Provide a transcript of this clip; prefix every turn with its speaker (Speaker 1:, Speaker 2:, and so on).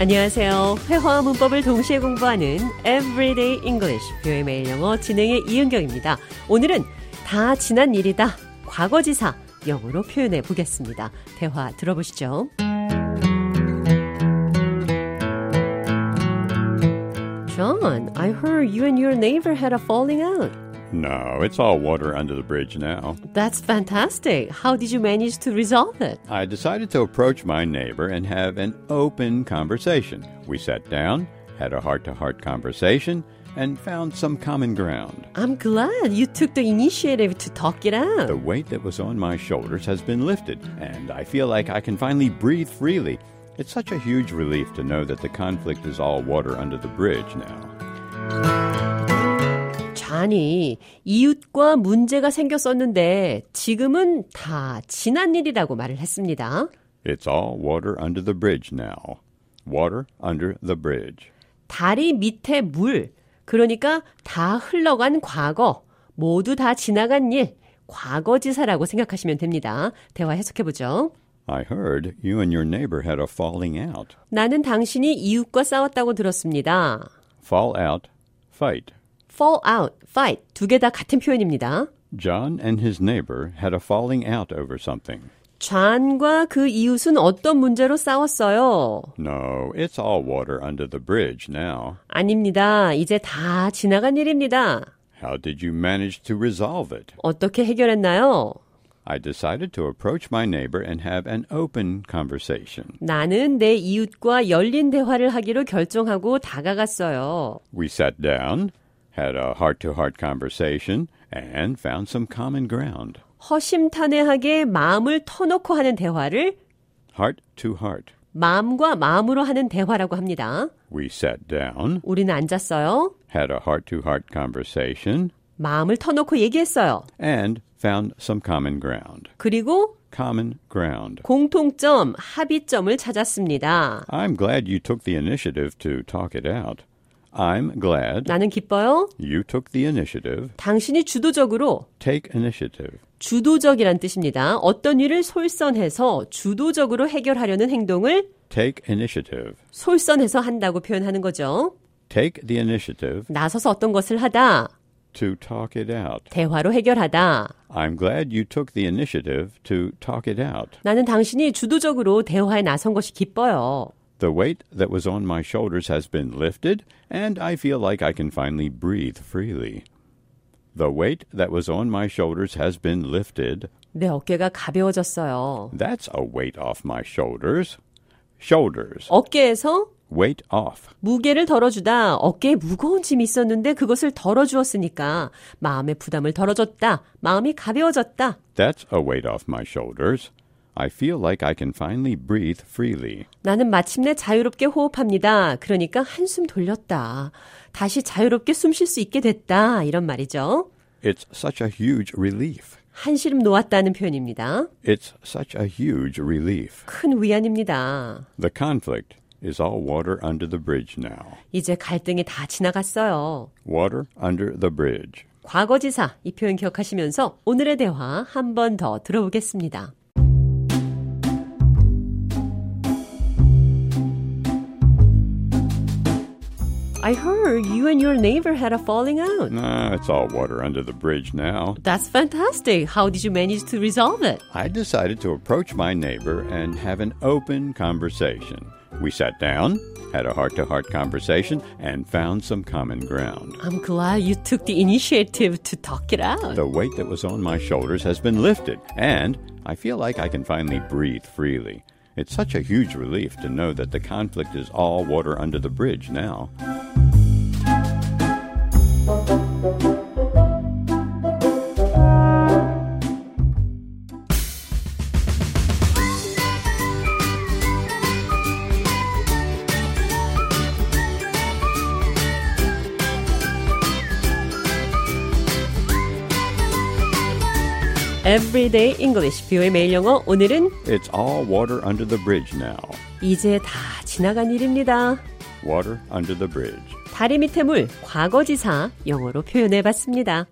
Speaker 1: 안녕하세요. 회화와 문법을 동시에 공부하는 Everyday English 뷰의 매일 영어 진행의 이은경입니다. 오늘은 다 지난 일이다 과거지사 영어로 표현해 보겠습니다. 대화 들어보시죠. John, I heard you and your neighbor had a falling out.
Speaker 2: No, it's all water under the bridge now.
Speaker 1: That's fantastic. How did you manage to resolve it?
Speaker 2: I decided to approach my neighbor and have an open conversation. We sat down, had a heart to heart conversation, and found some common ground.
Speaker 1: I'm glad you took the initiative to talk it out.
Speaker 2: The weight that was on my shoulders has been lifted, and I feel like I can finally breathe freely. It's such a huge relief to know that the conflict is all water under the bridge now.
Speaker 1: 잔이 이웃과 문제가 생겼었는데 지금은 다 지난 일이라고 말을 했습니다.
Speaker 2: It's all water under the bridge now. Water under the bridge.
Speaker 1: 다리 밑에 물, 그러니까 다 흘러간 과거, 모두 다 지나간 일, 과거지사라고 생각하시면 됩니다. 대화 해석해보죠.
Speaker 2: I heard you and your neighbor had a falling out.
Speaker 1: 나는 당신이 이웃과 싸웠다고 들었습니다.
Speaker 2: Fall out, fight.
Speaker 1: fall out, fight 두 개 다 같은 표현입니다.
Speaker 2: John and his neighbor had a falling out over something.
Speaker 1: 좌안과 그 이웃은 어떤 문제로 싸웠어요?
Speaker 2: No, it's all water under the bridge now.
Speaker 1: 아닙니다. 이제 다 지나간 일입니다.
Speaker 2: How did you manage to resolve it?
Speaker 1: 어떻게 해결했나요?
Speaker 2: I decided to approach my neighbor and have an open conversation.
Speaker 1: 나는 내 이웃과 열린 대화를 하기로 결정하고 다가갔어요.
Speaker 2: We sat down, had a heart to heart conversation, and found some common ground.
Speaker 1: 허심탄회하게 마음을 터놓고 하는 대화를
Speaker 2: Heart to heart.
Speaker 1: 마음과 마음으로 하는 대화라고 합니다.
Speaker 2: We sat down,
Speaker 1: 우리는 앉았어요.
Speaker 2: had a heart to heart conversation,
Speaker 1: 마음을 터놓고 얘기했어요.
Speaker 2: and found some common ground.
Speaker 1: 그리고
Speaker 2: Common ground.
Speaker 1: 공통점, 합의점을 찾았습니다.
Speaker 2: I'm glad you took the initiative to talk it out. I'm glad
Speaker 1: 나는 기뻐요.
Speaker 2: you took the initiative.
Speaker 1: 당신이 주도적으로
Speaker 2: Take initiative.
Speaker 1: 주도적이란 뜻입니다. 어떤 일을 솔선해서 주도적으로 해결하려는 행동을
Speaker 2: Take initiative.
Speaker 1: 솔선해서 한다고 표현하는 거죠.
Speaker 2: Take the initiative
Speaker 1: 나서서 어떤 것을 하다,
Speaker 2: to talk it out.
Speaker 1: 대화로 해결하다.
Speaker 2: I'm glad you took the initiative to talk it out.
Speaker 1: 나는 당신이 주도적으로 대화에 나선 것이 기뻐요.
Speaker 2: The weight that was on my shoulders has been lifted, and I feel like I can finally breathe freely. The weight that was on my shoulders has been lifted.
Speaker 1: 내 어깨가 가벼워졌어요.
Speaker 2: That's a weight off my shoulders. Shoulders.
Speaker 1: 어깨에서
Speaker 2: Weight off.
Speaker 1: 무게를 덜어주다. 어깨에 무거운 짐이 있었는데 그것을 덜어주었으니까 마음의 부담을 덜어줬다. 마음이 가벼워졌다.
Speaker 2: That's a weight off my shoulders. I feel like I can finally breathe freely.
Speaker 1: 나는 마침내 자유롭게 호흡합니다. 그러니까 한숨 돌렸다. 다시 자유롭게 숨 쉴 수 있게 됐다. 이런 말이죠.
Speaker 2: It's such a huge relief.
Speaker 1: 한시름 놓았다는 표현입니다.
Speaker 2: It's such a huge relief.
Speaker 1: 큰 위안입니다.
Speaker 2: The conflict is all water under the bridge now.
Speaker 1: 이제 갈등이 다 지나갔어요.
Speaker 2: Water under the bridge.
Speaker 1: 과거지사 이 표현 기억하시면서 오늘의 대화 한 번 더 들어보겠습니다. I heard you and your neighbor had a falling out.
Speaker 2: Nah, it's all water under the bridge now.
Speaker 1: That's fantastic. How did you manage to resolve it?
Speaker 2: I decided to approach my neighbor and have an open conversation. We sat down, had a heart to heart conversation, and found some common ground.
Speaker 1: I'm glad you took the initiative to talk it out.
Speaker 2: The weight that was on my shoulders has been lifted, and I feel like I can finally breathe freely. It's such a huge relief to know that the conflict is all water under the bridge now.
Speaker 1: Everyday English 뷰의 매일 영어 오늘은
Speaker 2: It's all water under the bridge now.
Speaker 1: 이제 다 지나간 일입니다.
Speaker 2: Water under the bridge.
Speaker 1: 다리 밑에 물, 과거지사 영어로 표현해 봤습니다.